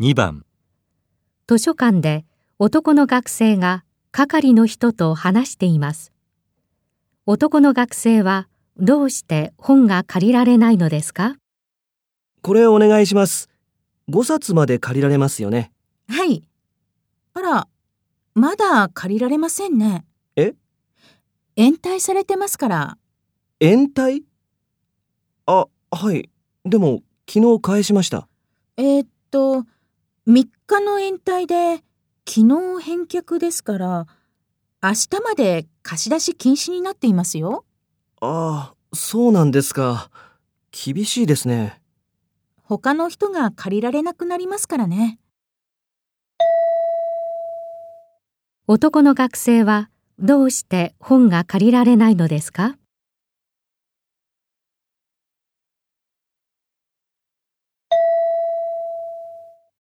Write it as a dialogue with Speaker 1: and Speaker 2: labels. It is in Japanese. Speaker 1: 2番
Speaker 2: 図書館で男の学生が係の人と話しています。男の学生はどうして本が借りられないのですか
Speaker 3: これお願いします。5冊まで借りられますよね。
Speaker 4: はい。あら、まだ借りられませんね。
Speaker 3: え
Speaker 4: 延滞されてますから。
Speaker 3: 延滞あ、はい。でも、昨日返しました。
Speaker 4: えーっと、3日の延滞で、昨日返却ですから、明日まで貸し出し禁止になっていますよ。
Speaker 3: ああ、そうなんですか。厳しいですね。
Speaker 4: 他の人が借りられなくなりますからね。
Speaker 2: 男の学生はどうして本が借りられないのですか